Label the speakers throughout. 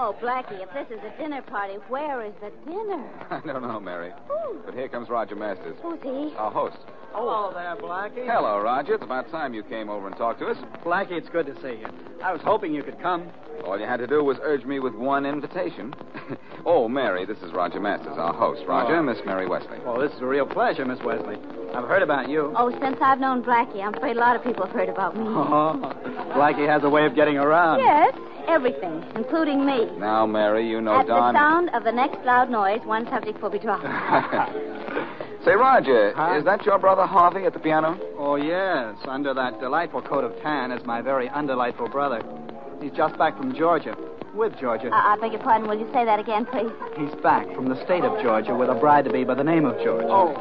Speaker 1: Oh, Blackie, if this is a dinner party, where is the dinner?
Speaker 2: I don't know, Mary.
Speaker 1: Who?
Speaker 2: But here comes Roger Masters,
Speaker 1: Who's he?
Speaker 2: our host.
Speaker 3: Hello there, Blackie.
Speaker 2: Hello, Roger. It's about time you came over and talked to us.
Speaker 3: Blackie, it's good to see you. I was hoping you could come.
Speaker 2: All you had to do was urge me with one invitation. oh, Mary, this is Roger Masters, our host. Roger,
Speaker 3: Oh.
Speaker 2: Miss Mary Wesley.
Speaker 3: Well, this is a real pleasure, Miss Wesley. I've heard about you.
Speaker 1: Oh, since I've known Blackie, I'm afraid a lot of people have heard about me.
Speaker 2: Oh.
Speaker 3: Blackie Oh, has a way of getting around.
Speaker 1: Yes, everything, including me.
Speaker 2: Now, Mary, you know
Speaker 1: At
Speaker 2: Don.
Speaker 1: the sound of the next loud noise, one subject will be dropped.
Speaker 2: Say, Roger,
Speaker 3: Huh?
Speaker 2: is that your brother Harvey at the piano?
Speaker 3: Oh, yes. Under that delightful coat of tan is my very undelightful brother. He's just back from Georgia. With Georgia.
Speaker 1: Uh, I beg your pardon, will you say that again, please?
Speaker 3: He's back from the state of Georgia with a bride to be by the name of Georgia. Oh.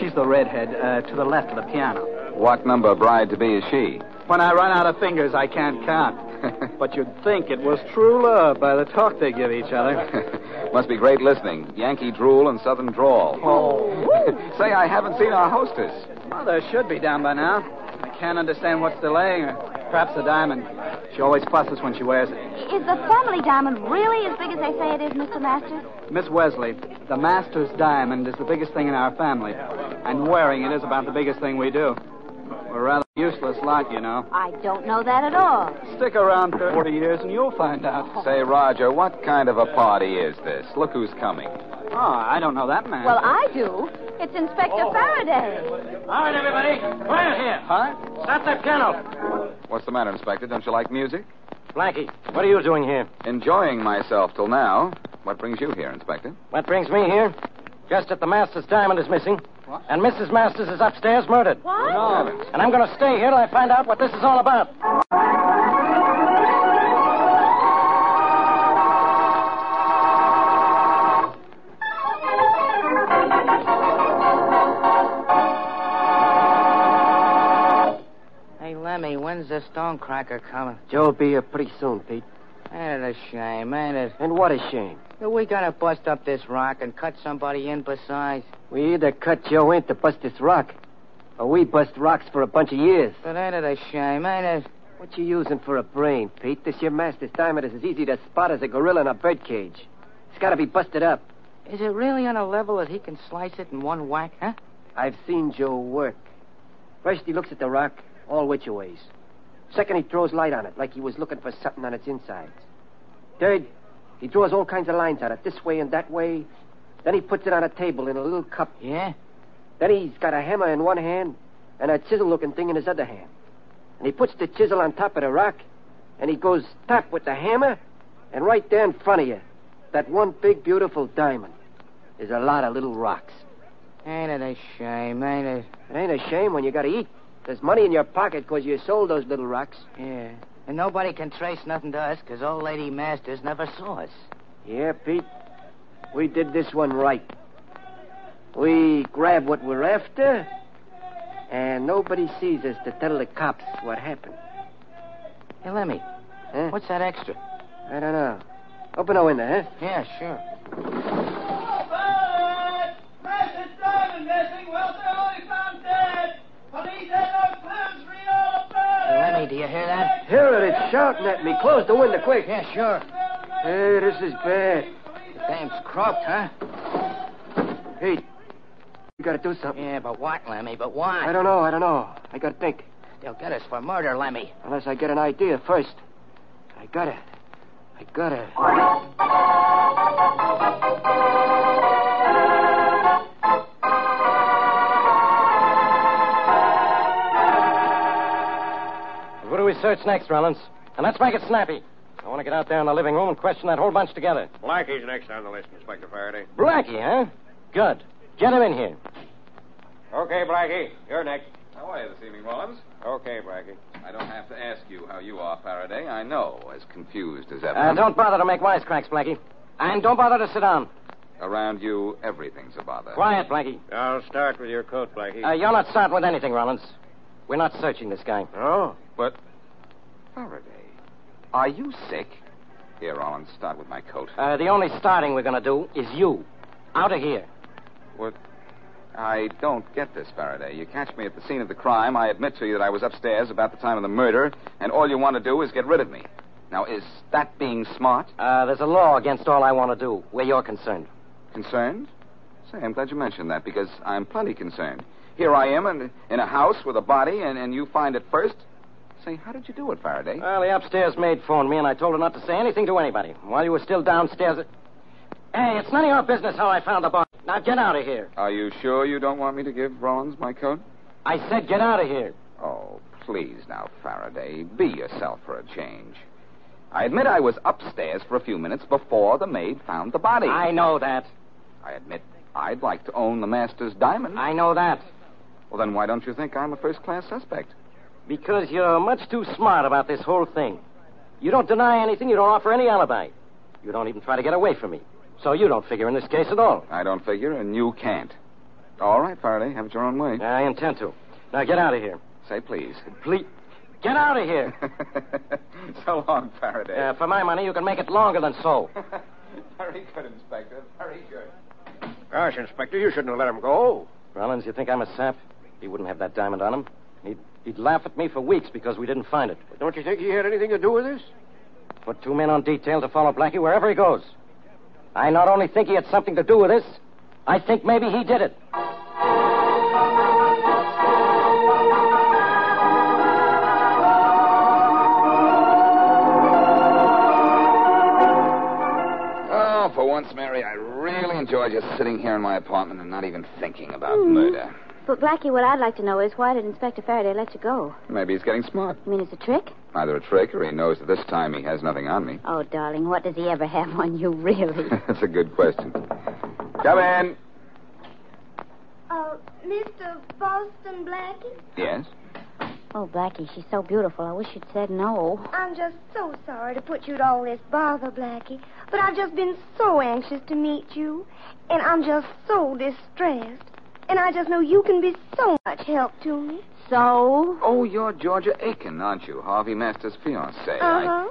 Speaker 3: She's the redhead uh, to the left of the piano.
Speaker 2: What number bride to be is she?
Speaker 3: When I run out of fingers, I can't count. but you'd think it was true love by the talk they give each other.
Speaker 2: Must be great listening. Yankee drool and southern drawl.
Speaker 3: Oh.
Speaker 2: Say, I haven't seen our hostess.
Speaker 3: Mother should be down by now. I can't understand what's delaying her. Perhaps the diamond. She always fusses when she wears it.
Speaker 1: Is the family diamond really as big as they say it is, Mr. Masters?
Speaker 3: Miss Wesley, the master's diamond is the biggest thing in our family. And wearing it is about the biggest thing we do. We're a rather useless lot, you know.
Speaker 1: I don't know that at all.
Speaker 3: Stick around 40 years and you'll find out.
Speaker 2: Say, Roger, what kind of a party is this? Look who's coming.
Speaker 3: Oh, I don't know that man.
Speaker 1: Well, I do. It's Inspector Faraday.
Speaker 4: All right, everybody. Quiet here.
Speaker 3: Huh?
Speaker 4: Stop that piano.
Speaker 2: What's the matter, Inspector? Don't you like music?
Speaker 4: Blackie, what are you doing here?
Speaker 2: Enjoying myself till now. What brings you here, Inspector?
Speaker 4: What brings me here? Just that the master's diamond is missing.
Speaker 3: What?
Speaker 4: And Mrs. Masters is upstairs murdered.
Speaker 1: What?
Speaker 5: Oh,
Speaker 3: No.
Speaker 4: And I'm going to stay here till I find out what this is all about.
Speaker 5: Hey, Lemmy, when's the Stonecracker coming?
Speaker 6: Joe'll be here pretty soon, Pete.
Speaker 5: Ain't it a shame, ain't it?
Speaker 6: And what a shame.
Speaker 5: We gotta bust up this rock and cut somebody in besides.
Speaker 6: We either cut Joe in to bust this rock, or we bust rocks for a bunch of years.
Speaker 5: But ain't it a shame, ain't it?
Speaker 6: What you using for a brain, Pete? This your master's diamond is as easy to spot as a gorilla in a birdcage. It's got to be busted up.
Speaker 5: Is it really on a level that he can slice it in one whack, huh?
Speaker 6: I've seen Joe work. First, he looks at the rock all which a ways. Second, he throws light on it like he was looking for something on its insides. Third, he draws all kinds of lines on it, this way and that way. Then he puts it on a table in a little cup
Speaker 5: Yeah?
Speaker 6: Then he's got a hammer in one hand and a chisel looking thing in his other hand. And he puts the chisel on top of the rock and he goes tap with the hammer, and right there in front of you, that one big, beautiful diamond is a lot of little rocks.
Speaker 5: Ain't it a shame, ain't it?
Speaker 6: It ain't a shame when you gotta eat. There's money in your pocket 'cause you sold those little rocks.
Speaker 5: Yeah. And nobody can trace nothing to us 'cause old lady Masters never saw us.
Speaker 6: Yeah, Pete, we did this one right. We grab what we're after, and nobody sees us to tell the cops what happened.
Speaker 5: Hey, Lemmy,
Speaker 6: Huh?
Speaker 5: what's that extra?
Speaker 6: I don't know. Open a window, huh?
Speaker 5: Yeah, sure. Hey, Lemmy, do you hear that?
Speaker 6: Hear it, it's shouting at me. Close the window, quick.
Speaker 5: Yeah, sure.
Speaker 6: Hey, this is bad.
Speaker 5: The dame's croaked, huh?
Speaker 6: Pete, you gotta do something.
Speaker 5: Yeah, but what, Lemmy? But why?
Speaker 6: I don't know, I don't know.
Speaker 7: I gotta think.
Speaker 8: They'll get us for murder, Lemmy.
Speaker 7: Unless I get an idea first. I gotta. I gotta.
Speaker 3: Who do we search next, Rollins? And let's make it snappy. I want to get out there in the living room and question that whole bunch together.
Speaker 6: Blackie's next on the list, Inspector Faraday.
Speaker 3: Blackie, huh? Good. Get him in here.
Speaker 6: Okay, Blackie, you're next.
Speaker 2: How are you this evening, Rollins?
Speaker 6: Okay, Blackie.
Speaker 2: I don't have to ask you how you are, Faraday. I know, as confused as ever.
Speaker 3: Uh, don't bother to make wisecracks, Blackie. And don't bother to sit down.
Speaker 2: Around you, everything's a bother.
Speaker 3: Quiet, Blackie.
Speaker 6: I'll start with your coat, Blackie.
Speaker 3: Uh, you're not starting with anything, Rollins. We're not searching this guy.
Speaker 6: Oh,
Speaker 2: But, Faraday, are you sick? Here, Rollins, start with my coat.
Speaker 3: Uh, the only starting we're going to do is you. Out of here.
Speaker 2: What? I don't get this, Faraday. You catch me at the scene of the crime. I admit to you that I was upstairs about the time of the murder, and all you want to do is get rid of me. Now, is that being smart?
Speaker 3: Uh, there's a law against all I want to do, where you're concerned.
Speaker 2: Concerned? Say, I'm glad you mentioned that because I'm plenty concerned. Here I am in, in a house with a body, and, and you find it first. Say, how did you do it, Faraday?
Speaker 3: Well, the upstairs maid phoned me, and I told her not to say anything to anybody. While you were still downstairs. it- Hey, it's none of your business how I found the body. Now get out of here.
Speaker 2: Are you sure you don't want me to give Rollins my coat?
Speaker 3: I said get out of here.
Speaker 2: Oh, please now, Faraday. Be yourself for a change. I admit I was upstairs for a few minutes before the maid found the body.
Speaker 3: I know that.
Speaker 2: I admit I'd like to own the master's diamond.
Speaker 3: I know that.
Speaker 2: Well, then why don't you think I'm a first class suspect?
Speaker 3: Because you're much too smart about this whole thing. You don't deny anything, you don't offer any alibi. You don't even try to get away from me. So you don't figure in this case at all.
Speaker 2: I don't figure, and you can't. All right, Faraday, have it your own way.
Speaker 3: I intend to. Now get out of here.
Speaker 2: Say please.
Speaker 3: Please. Get out of here.
Speaker 2: so long, Faraday.
Speaker 3: Uh, for my money, you can make it longer than so.
Speaker 2: Very good, Inspector. Very good.
Speaker 6: gosh, Inspector, you shouldn't have let him go.
Speaker 3: Rollins, you think I'm a sap? He wouldn't have that diamond on him. He'd, he'd laugh at me for weeks because we didn't find it.
Speaker 6: But don't you think he had anything to do with this?
Speaker 3: Put two men on detail to follow Blackie wherever he goes. I not only think he had something to do with this, I think maybe he did it.
Speaker 2: Oh, for once, Mary, I really enjoy just sitting here in my apartment and not even thinking about murder.
Speaker 1: But, Blackie, what I'd like to know is why did Inspector Faraday let you go?
Speaker 2: Maybe he's getting smart.
Speaker 1: You mean it's a trick?
Speaker 2: Either a trick or he knows that this time he has nothing on me.
Speaker 1: Oh, darling, what does he ever have on you, really?
Speaker 2: That's a good question. Come in.
Speaker 9: Uh, Mr. Boston Blackie,
Speaker 2: Yes?
Speaker 1: oh, Blackie, she's so beautiful. I wish you'd said no.
Speaker 9: I'm just so sorry to put you to all this bother, Blackie, but I've just been so anxious to meet you, and I'm just so distressed, and I just know you can be so much help to me.
Speaker 1: So?
Speaker 2: Oh, you're Georgia Aiken, aren't you? Harvey Masters' fiancée.
Speaker 9: Uh-huh.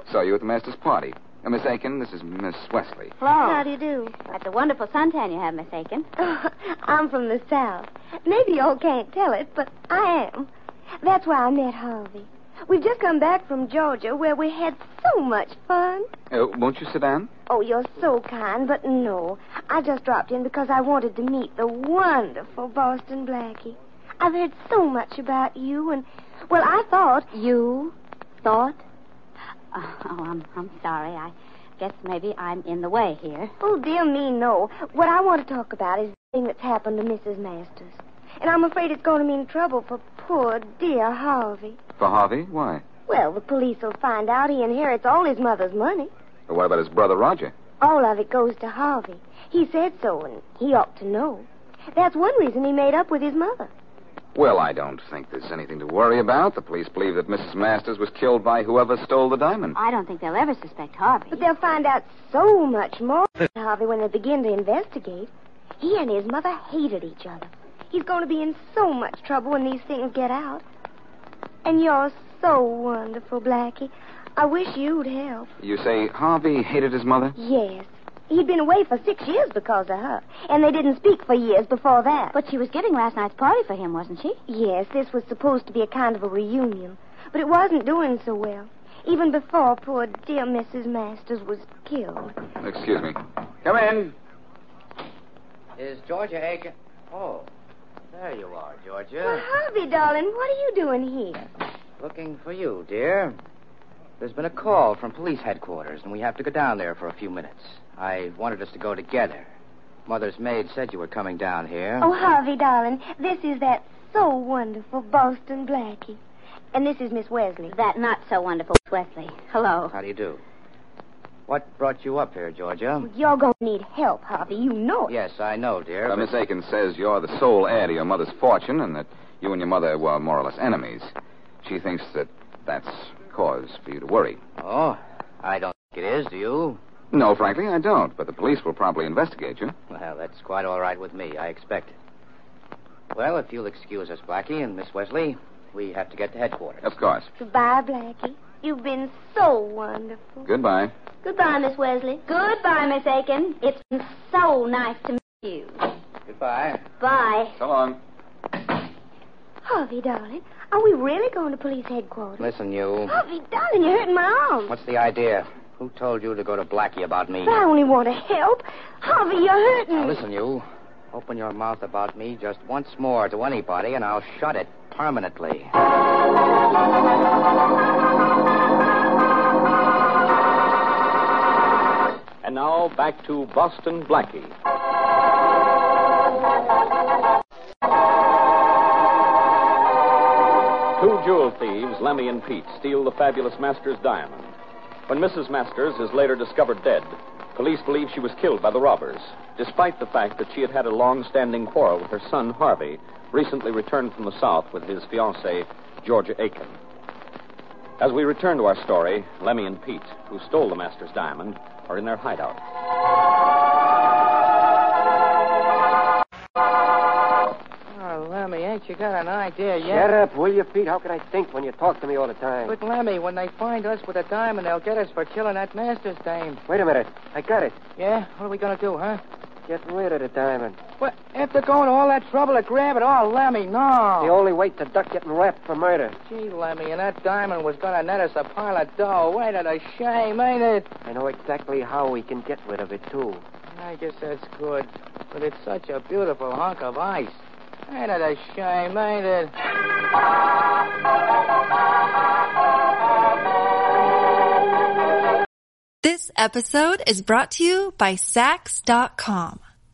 Speaker 2: I saw you at the Masters' party. Uh, Miss Aiken, this is Miss Wesley.
Speaker 9: How
Speaker 1: Hello.
Speaker 9: do you do?
Speaker 1: That's a wonderful suntan you have, Miss Aiken.
Speaker 9: I'm from the South. Maybe y'all can't tell it, but I am. That's why I met Harvey. We've just come back from Georgia, where we had so much fun.
Speaker 2: Uh, won't you sit down?
Speaker 9: Oh, you're so kind, but no. I just dropped in because I wanted to meet the wonderful Boston Blackie. I've heard so much about you, and, well, I thought.
Speaker 1: You thought? Oh, I'm, I'm sorry. I guess maybe I'm in the way here.
Speaker 9: Oh, dear me, no. What I want to talk about is the thing that's happened to Mrs. Masters. And I'm afraid it's going to mean trouble for poor, dear Harvey.
Speaker 2: For Harvey? Why?
Speaker 9: Well, the police will find out he inherits all his mother's money.
Speaker 2: But Uh, what about his brother Roger?
Speaker 9: All of it goes to Harvey. He said so, and he ought to know. That's one reason he made up with his mother.
Speaker 2: Well, I don't think there's anything to worry about. The police believe that Mrs. Masters was killed by whoever stole the diamond.
Speaker 1: I don't think they'll ever suspect Harvey.
Speaker 9: But they'll find out so much more about Harvey when they begin to investigate. He and his mother hated each other. He's going to be in so much trouble when these things get out. And you're so wonderful, Blackie. I wish you'd help.
Speaker 2: You say Harvey hated his mother?
Speaker 9: Yes. He'd been away for six years because of her, and they didn't speak for years before that.
Speaker 1: But she was giving last night's party for him, wasn't she?
Speaker 9: Yes, this was supposed to be a kind of a reunion, but it wasn't doing so well. Even before poor dear Mrs. Masters was killed.
Speaker 2: Excuse me. Come in.
Speaker 8: Is Georgia Aiken. Oh. Uh,
Speaker 10: There you are, Georgia.
Speaker 9: Well, Harvey, darling, what are you doing here?
Speaker 10: Looking for you, dear. There's been a call from police headquarters, and we have to go down there for a few minutes. I wanted us to go together. Mother's maid said you were coming down here.
Speaker 9: Oh, Harvey, darling, this is that so wonderful Boston Blackie. And this is Miss Wesley.
Speaker 11: That not so wonderful Wesley. Hello.
Speaker 10: How do you do? What brought you up here, Georgia?
Speaker 9: You're going to need help, Harvey. You know it.
Speaker 10: Yes, I know, dear.
Speaker 2: Uh,
Speaker 10: but-
Speaker 2: Miss Aiken says you're the sole heir to your mother's fortune and that you and your mother were more or less enemies. She thinks that that's cause for you to worry.
Speaker 10: Oh, I don't think it is, do you?
Speaker 2: No, frankly, I don't, but the police will probably investigate you.
Speaker 10: Well, that's quite all right with me. I expect it. Well, if you'll excuse us, Blackie and Miss Wesley, we have to get to headquarters.
Speaker 2: Of course.
Speaker 9: Goodbye, Blackie. You've been so wonderful.
Speaker 2: Goodbye.
Speaker 9: Goodbye, Miss Wesley.
Speaker 11: Goodbye, Miss Aiken. It's been so nice to meet you.
Speaker 10: Goodbye.
Speaker 11: Bye.
Speaker 2: So long.
Speaker 9: Harvey, darling, are we really going to police headquarters?
Speaker 10: Listen, you.
Speaker 9: Harvey, darling, you're hurting my arm.
Speaker 10: What's the idea? Who told you to go to Blackie about me?
Speaker 9: But I only want to help. Harvey, you're hurting
Speaker 10: Now,
Speaker 9: me.
Speaker 10: listen, you. Open your mouth about me just once more to anybody, and I'll shut it permanently.
Speaker 3: And now back to Boston Blackie. Two jewel thieves, Lemmy and Pete, steal the fabulous Masters diamond. When Mrs. Masters is later discovered dead, police believe she was killed by the robbers, despite the fact that she had had a long standing quarrel with her son, Harvey, recently returned from the South with his fiancee, Georgia Aiken. As we return to our story, Lemmy and Pete, who stole the Masters diamond, are in their hideout.
Speaker 10: Oh, Lemmy, ain't you got an idea
Speaker 6: Shut up, will you, Pete? How can I think when you talk to me all the time?
Speaker 10: But, Lemmy, when they find us with a diamond, they'll get us for killing that master's dame.
Speaker 6: Wait a minute. I got it.
Speaker 10: Yeah? What are we going to do, huh?
Speaker 6: Get rid of the diamond.
Speaker 10: Well, after going to all that trouble to grab it, oh, Lemmy, no.
Speaker 6: The only way to duck getting wrapped for murder.
Speaker 10: Gee, Lemmy, and that diamond was going to net us a pile of dough. Ain't it a shame, ain't it?
Speaker 6: I know exactly how we can get rid of it, too.
Speaker 10: I guess that's good. But it's such a beautiful hunk of ice. Ain't it a shame, ain't it?
Speaker 12: This episode is brought to you by Sax.com.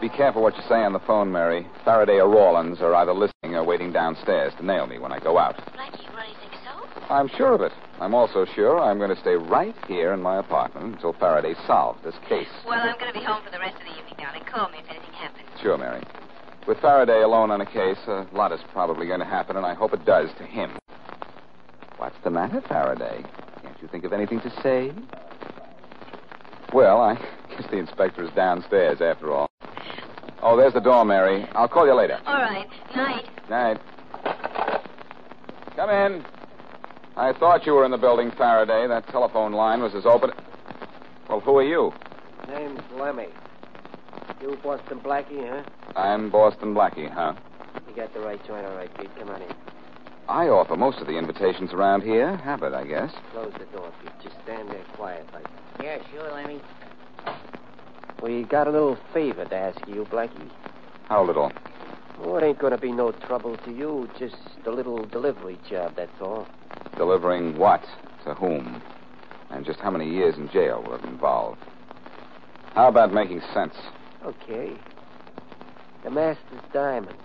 Speaker 2: Be careful what you say on the phone, Mary. Faraday or Rawlins are either listening or waiting downstairs to nail me when I go out.
Speaker 11: Blackie, you really think so?
Speaker 2: I'm sure of it. I'm also sure I'm going to stay right here in my apartment until Faraday solves this case.
Speaker 13: Well, I'm going to be home for the rest of the evening, darling. Call me if anything happens.
Speaker 2: Sure, Mary. With Faraday alone on a case, a lot is probably going to happen, and I hope it does to him. What's the matter, Faraday? Can't you think of anything to say? Well, I guess the inspector is downstairs after all. Oh, there's the door, Mary. I'll call you later.
Speaker 13: All right. Night.
Speaker 2: Night. Come in. I thought you were in the building, Faraday. That telephone line was as open. Well, who are you?
Speaker 6: Name's Lemmy. You Boston Blackie, huh?
Speaker 2: I'm Boston Blackie, huh?
Speaker 6: You got the right joint, all right, Pete. Come on in.
Speaker 2: I offer most of the invitations around here. Have it, I guess.
Speaker 6: Close the door, Pete. Just stand there quiet like
Speaker 10: Yeah, sure, Lemmy.
Speaker 6: We got a little favor to ask you, Blackie.
Speaker 2: How little?
Speaker 6: Oh, it ain't gonna be no trouble to you. Just a little delivery job, that's all.
Speaker 2: Delivering what to whom? And just how many years in jail will it involve? How about making sense?
Speaker 6: Okay. The master's diamond.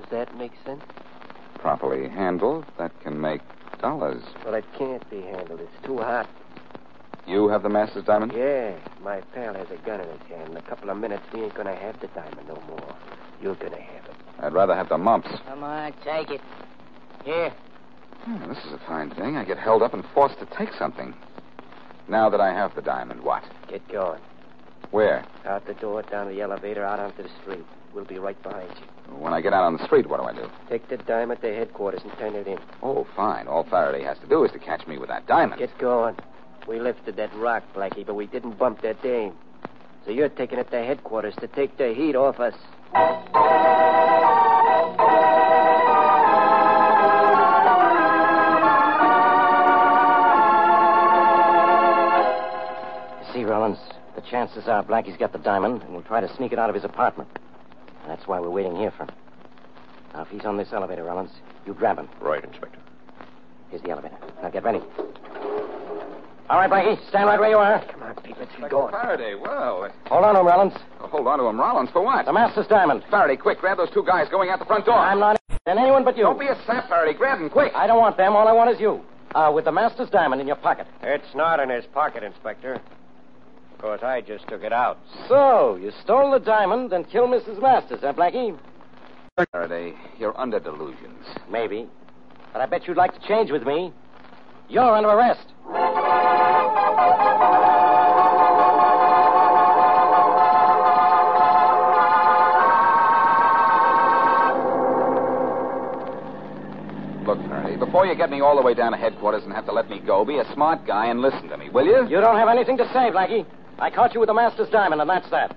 Speaker 6: Does that make sense?
Speaker 2: Properly handled, that can make dollars.
Speaker 6: Well, it can't be handled. It's too hot.
Speaker 2: You have the master's diamond?
Speaker 6: Yeah, my pal has a gun in his hand. In a couple of minutes, we ain't gonna have the diamond no more. You're gonna have it.
Speaker 2: I'd rather have the mumps.
Speaker 10: Come on, take it. Here.
Speaker 2: Hmm, this is a fine thing. I get held up and forced to take something. Now that I have the diamond, what?
Speaker 6: Get going.
Speaker 2: Where?
Speaker 6: Out the door, down the elevator, out onto the street.
Speaker 14: We'll be right behind you.
Speaker 2: When I get out on the street, what do I do?
Speaker 14: Take the dime at the headquarters and turn it in.
Speaker 2: Oh, fine. All Faraday has to do is to catch me with that diamond.
Speaker 14: Get going. We lifted that rock, Blackie, but we didn't bump that dame. So you're taking it to headquarters to take the heat off us.
Speaker 6: You see, Rollins, the chances are Blackie's got the diamond and will try to sneak it out of his apartment. And that's why we're waiting here for him. Now, if he's on this elevator, Rollins, you grab him.
Speaker 15: Right, Inspector.
Speaker 6: Here's the elevator. Now get ready. All right, Blackie, stand right where you are.
Speaker 14: Come on, Pete, let's
Speaker 2: get going. Faraday, well.
Speaker 6: Hold on to him, Rollins.
Speaker 2: Oh, hold on to him, Rollins, for what?
Speaker 6: The master's diamond.
Speaker 2: Faraday, quick, grab those two guys going out the front door.
Speaker 6: I'm not and anyone but you.
Speaker 2: Don't be a sap, Faraday. Grab them, quick.
Speaker 6: I don't want them. All I want is you. Uh, with the master's diamond in your pocket.
Speaker 16: It's not in his pocket, Inspector. Of course, I just took it out.
Speaker 6: So, you stole the diamond and killed Mrs. Masters, huh, Blackie?
Speaker 2: Faraday, you're under delusions.
Speaker 6: Maybe. But I bet you'd like to change with me. You're under arrest.
Speaker 2: Look, Faraday, before you get me all the way down to headquarters and have to let me go, be a smart guy and listen to me, will you?
Speaker 6: You don't have anything to say, Blackie. I caught you with the master's diamond, and that's that.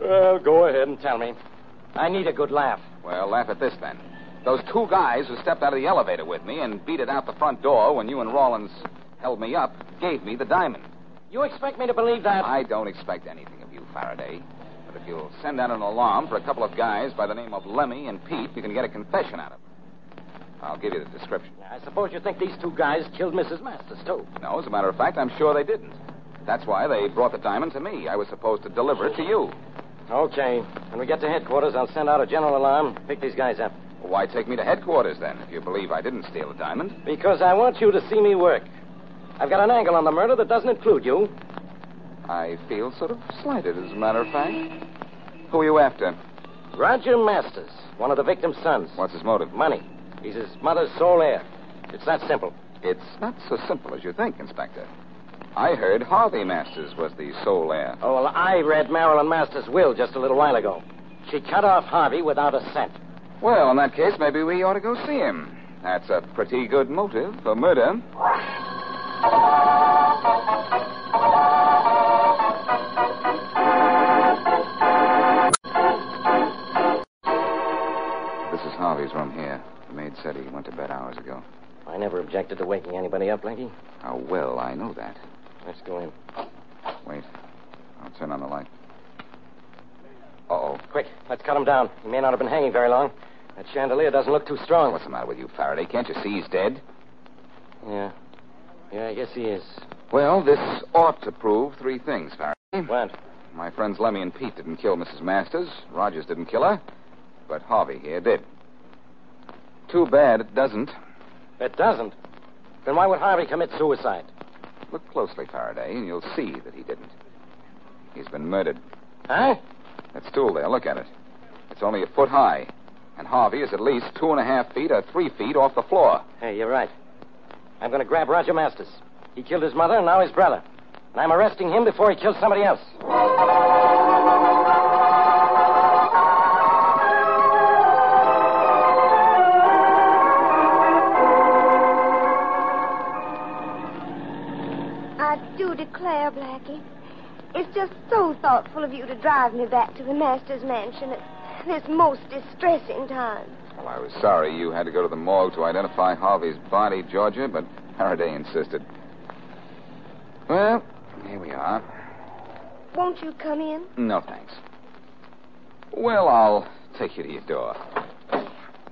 Speaker 6: Well, go ahead and tell me. I need a good laugh.
Speaker 2: Well, laugh at this then. Those two guys who stepped out of the elevator with me and beat it out the front door when you and Rawlins held me up gave me the diamond.
Speaker 6: You expect me to believe that?
Speaker 2: I don't expect anything of you, Faraday. But if you'll send out an alarm for a couple of guys by the name of Lemmy and Pete, you can get a confession out of them. I'll give you the description.
Speaker 6: I suppose you think these two guys killed Mrs. Masters, too.
Speaker 2: No, as a matter of fact, I'm sure they didn't. That's why they brought the diamond to me. I was supposed to deliver it to you.
Speaker 6: Okay. When we get to headquarters, I'll send out a general alarm. Pick these guys up.
Speaker 2: Well, why take me to headquarters then, if you believe I didn't steal the diamond?
Speaker 6: Because I want you to see me work. I've got an angle on the murder that doesn't include you.
Speaker 2: I feel sort of slighted, as a matter of fact. Who are you after?
Speaker 6: Roger Masters, one of the victim's sons.
Speaker 2: What's his motive?
Speaker 6: Money. He's his mother's sole heir. It's that simple.
Speaker 2: It's not so simple as you think, Inspector. I heard Harvey Masters was the sole heir.
Speaker 6: Oh, well, I read Marilyn Masters' will just a little while ago. She cut off Harvey without a cent.
Speaker 2: Well, in that case, maybe we ought to go see him. That's a pretty good motive for murder. This is Harvey's room here. The maid said he went to bed hours ago.
Speaker 6: I never objected to waking anybody up, Blinky.
Speaker 2: How well I know that.
Speaker 6: Let's go in.
Speaker 2: Wait. I'll turn on the light. Uh-oh.
Speaker 6: Quick, let's cut him down. He may not have been hanging very long. That chandelier doesn't look too strong.
Speaker 2: What's the matter with you, Faraday? Can't you see he's dead?
Speaker 6: Yeah. Yeah, I guess he is.
Speaker 2: Well, this ought to prove three things, Faraday.
Speaker 6: What?
Speaker 2: My friends Lemmy and Pete didn't kill Mrs. Masters. Rogers didn't kill her. But Harvey here did. Too bad it doesn't.
Speaker 6: It doesn't? Then why would Harvey commit suicide?
Speaker 2: Look closely, Faraday, and you'll see that he didn't. He's been murdered.
Speaker 6: Huh?
Speaker 2: That stool there, look at it. It's only a foot high, and Harvey is at least two and a half feet or three feet off the floor.
Speaker 6: Hey, you're right. I'm going to grab Roger Masters. He killed his mother, and now his brother. And I'm arresting him before he kills somebody else.
Speaker 9: declare, Blackie. It's just so thoughtful of you to drive me back to the master's mansion at this most distressing time.
Speaker 2: Well, I was sorry you had to go to the morgue to identify Harvey's body, Georgia, but Faraday insisted. Well, here we are.
Speaker 9: Won't you come in?
Speaker 2: No, thanks. Well, I'll take you to your door.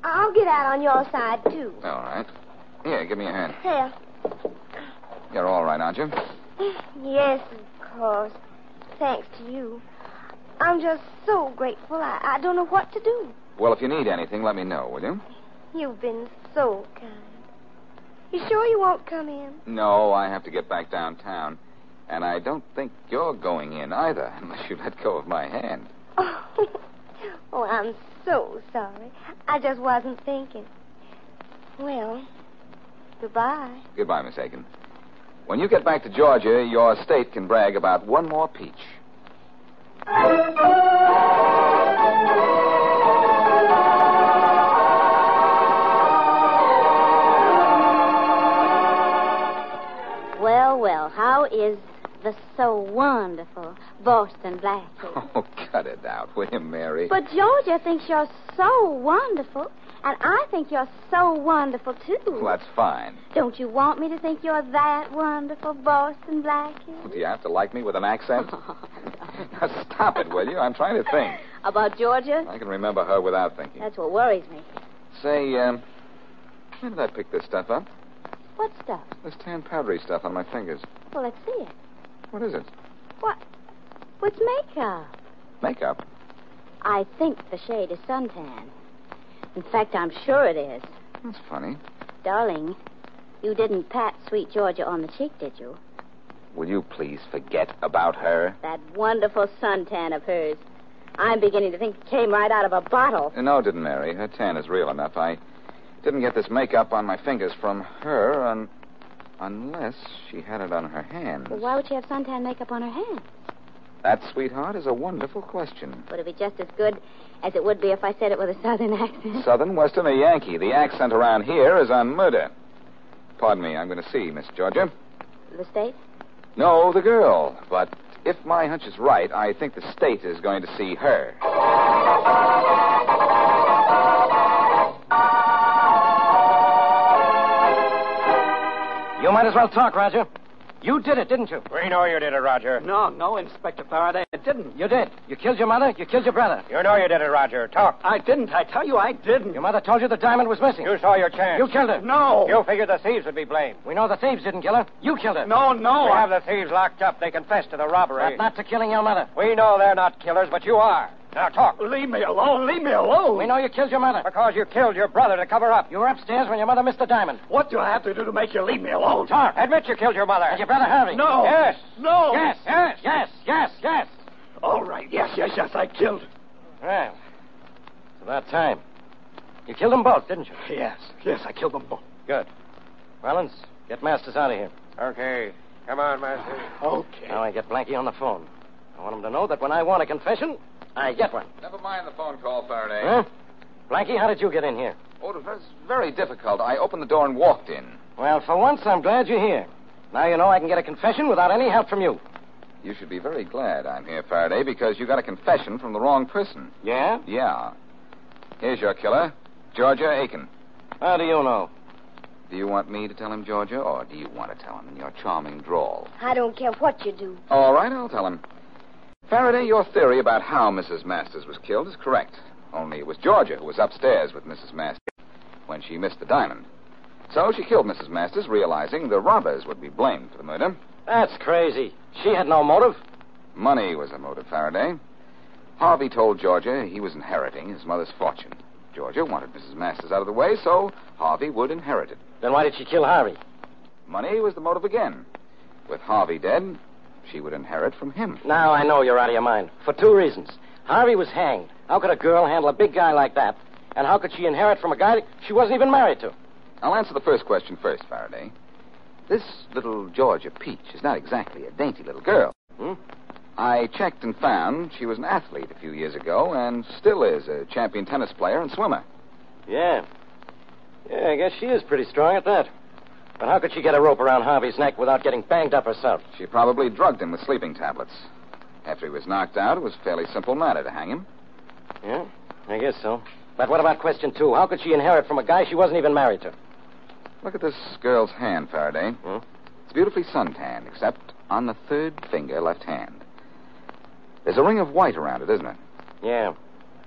Speaker 9: I'll get out on your side, too.
Speaker 2: All right. Here, give me a hand.
Speaker 9: Here.
Speaker 2: You're all right, aren't you?
Speaker 9: Yes, of course. Thanks to you. I'm just so grateful. I, I don't know what to do.
Speaker 2: Well, if you need anything, let me know, will you?
Speaker 9: You've been so kind. You sure you won't come in?
Speaker 2: No, I have to get back downtown. And I don't think you're going in either, unless you let go of my hand.
Speaker 9: Oh, oh I'm so sorry. I just wasn't thinking. Well, goodbye.
Speaker 2: Goodbye, Miss Aiken. When you get back to Georgia, your state can brag about one more peach.
Speaker 1: Well, how is the so wonderful Boston Blackie?
Speaker 2: Oh, cut it out, will you, Mary?
Speaker 9: But Georgia thinks you're so wonderful, and I think you're so wonderful, too.
Speaker 2: Well, that's fine.
Speaker 9: Don't you want me to think you're that wonderful, Boston Blackie?
Speaker 2: Do you have to like me with an accent? now, stop it, will you? I'm trying to think.
Speaker 1: About Georgia?
Speaker 2: I can remember her without thinking.
Speaker 1: That's what worries me.
Speaker 2: Say, um, where did I pick this stuff up?
Speaker 1: What stuff?
Speaker 2: This tan powdery stuff on my fingers.
Speaker 1: Well, let's see it.
Speaker 2: What is it?
Speaker 1: What? What's makeup?
Speaker 2: Makeup.
Speaker 1: I think the shade is suntan. In fact, I'm sure it is.
Speaker 2: That's funny.
Speaker 1: Darling, you didn't pat sweet Georgia on the cheek, did you?
Speaker 2: Will you please forget about her?
Speaker 1: That wonderful suntan of hers. I'm beginning to think it came right out of a bottle.
Speaker 2: No, it didn't, Mary. Her tan is real enough. I didn't get this makeup on my fingers from her un- unless she had it on her hands.
Speaker 1: Well, why would she have suntan makeup on her hand?
Speaker 2: That, sweetheart, is a wonderful question.
Speaker 1: Would it be just as good as it would be if I said it with a southern accent?
Speaker 2: Southern, Western, or Yankee? The accent around here is on murder. Pardon me, I'm going to see Miss Georgia.
Speaker 1: The state?
Speaker 2: No, the girl. But if my hunch is right, I think the state is going to see her.
Speaker 6: You might as well talk, Roger. You did it, didn't you?
Speaker 16: We know you did it, Roger.
Speaker 3: No, no, Inspector Faraday, it didn't.
Speaker 6: You did. You killed your mother. You killed your brother.
Speaker 16: You know you did it, Roger. Talk.
Speaker 3: I didn't. I tell you, I didn't.
Speaker 6: Your mother told you the diamond was missing.
Speaker 16: You saw your chance.
Speaker 6: You killed her.
Speaker 3: No.
Speaker 16: You figured the thieves would be blamed.
Speaker 6: We know the thieves didn't kill her. You killed her.
Speaker 3: No, no.
Speaker 16: We have the thieves locked up. They confessed to the robbery.
Speaker 6: But not to killing your mother.
Speaker 16: We know they're not killers, but you are. Now talk.
Speaker 3: Leave me alone. Leave me alone.
Speaker 6: We know you killed your mother.
Speaker 16: Because you killed your brother to cover up.
Speaker 6: You were upstairs when your mother missed the diamond.
Speaker 3: What do I have to do to make you leave me alone?
Speaker 6: Talk.
Speaker 16: Admit you killed your mother.
Speaker 6: And your brother Harvey.
Speaker 3: No.
Speaker 16: Yes.
Speaker 3: No.
Speaker 6: Yes. Yes. Yes. Yes. Yes.
Speaker 3: All right. Yes, yes, yes. I killed.
Speaker 6: Well, it's about time. You killed them both, didn't you?
Speaker 3: Yes. Yes, I killed them both.
Speaker 6: Good. Rollins, get Masters out of here.
Speaker 16: Okay. Come on, Master.
Speaker 3: Okay.
Speaker 6: Now I get Blackie on the phone. I want him to know that when I want a confession, I get one.
Speaker 2: Never mind the phone call, Faraday.
Speaker 6: Huh? Blackie, how did you get in here?
Speaker 2: Oh, it was very difficult. I opened the door and walked in.
Speaker 6: Well, for once, I'm glad you're here. Now you know I can get a confession without any help from you.
Speaker 2: You should be very glad I'm here, Faraday, because you got a confession from the wrong person.
Speaker 6: Yeah?
Speaker 2: Yeah. Here's your killer, Georgia Aiken.
Speaker 6: How do you know?
Speaker 2: Do you want me to tell him, Georgia, or do you want to tell him in your charming drawl?
Speaker 9: I don't care what you do.
Speaker 2: All right, I'll tell him. Faraday, your theory about how Mrs. Masters was killed is correct. Only it was Georgia who was upstairs with Mrs. Masters when she missed the diamond. So she killed Mrs. Masters, realizing the robbers would be blamed for the murder.
Speaker 6: That's crazy. She had no motive.
Speaker 2: Money was the motive, Faraday. Harvey told Georgia he was inheriting his mother's fortune. Georgia wanted Mrs. Masters out of the way, so Harvey would inherit it.
Speaker 6: Then why did she kill Harvey?
Speaker 2: Money was the motive again. With Harvey dead, she would inherit from him.
Speaker 6: Now I know you're out of your mind. For two reasons. Harvey was hanged. How could a girl handle a big guy like that? And how could she inherit from a guy that she wasn't even married to?
Speaker 2: I'll answer the first question first, Faraday. This little Georgia Peach is not exactly a dainty little girl.
Speaker 6: Hmm?
Speaker 2: I checked and found she was an athlete a few years ago and still is a champion tennis player and swimmer.
Speaker 6: Yeah. Yeah, I guess she is pretty strong at that. But how could she get a rope around Harvey's neck without getting banged up herself?
Speaker 2: She probably drugged him with sleeping tablets. After he was knocked out, it was a fairly simple matter to hang him.
Speaker 6: Yeah, I guess so. But what about question two? How could she inherit from a guy she wasn't even married to?
Speaker 2: Look at this girl's hand, Faraday.
Speaker 6: Hmm?
Speaker 2: It's beautifully suntanned, except on the third finger, left hand. There's a ring of white around it, isn't it?
Speaker 6: Yeah,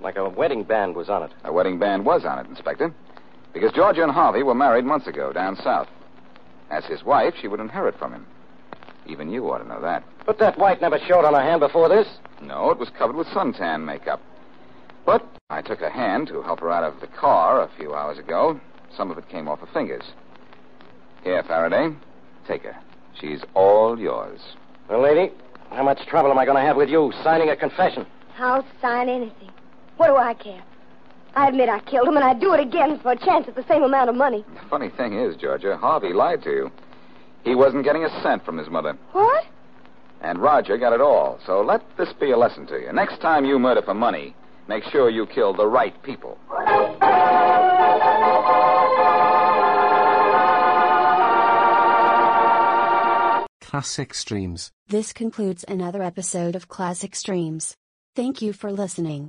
Speaker 6: like a wedding band was on it.
Speaker 2: A wedding band was on it, Inspector, because Georgia and Harvey were married months ago down south. As his wife, she would inherit from him. Even you ought to know that.
Speaker 6: But that white never showed on her hand before this.
Speaker 2: No, it was covered with suntan makeup. But I took her hand to help her out of the car a few hours ago. Some of it came off her fingers. Here, Faraday, take her. She's all yours.
Speaker 6: Well, lady, how much trouble am I going to have with you signing a confession?
Speaker 9: I'll sign anything. What do I care? I admit I killed him, and I'd do it again for a chance at the same amount of money.
Speaker 2: The funny thing is, Georgia, Harvey lied to you. He wasn't getting a cent from his mother,
Speaker 9: What?
Speaker 2: and Roger got it all. So let this be a lesson to you. Next time you murder for money, make sure you kill the right people.
Speaker 17: Classic Streams.
Speaker 18: This concludes another episode of Classic Streams. Thank you for listening.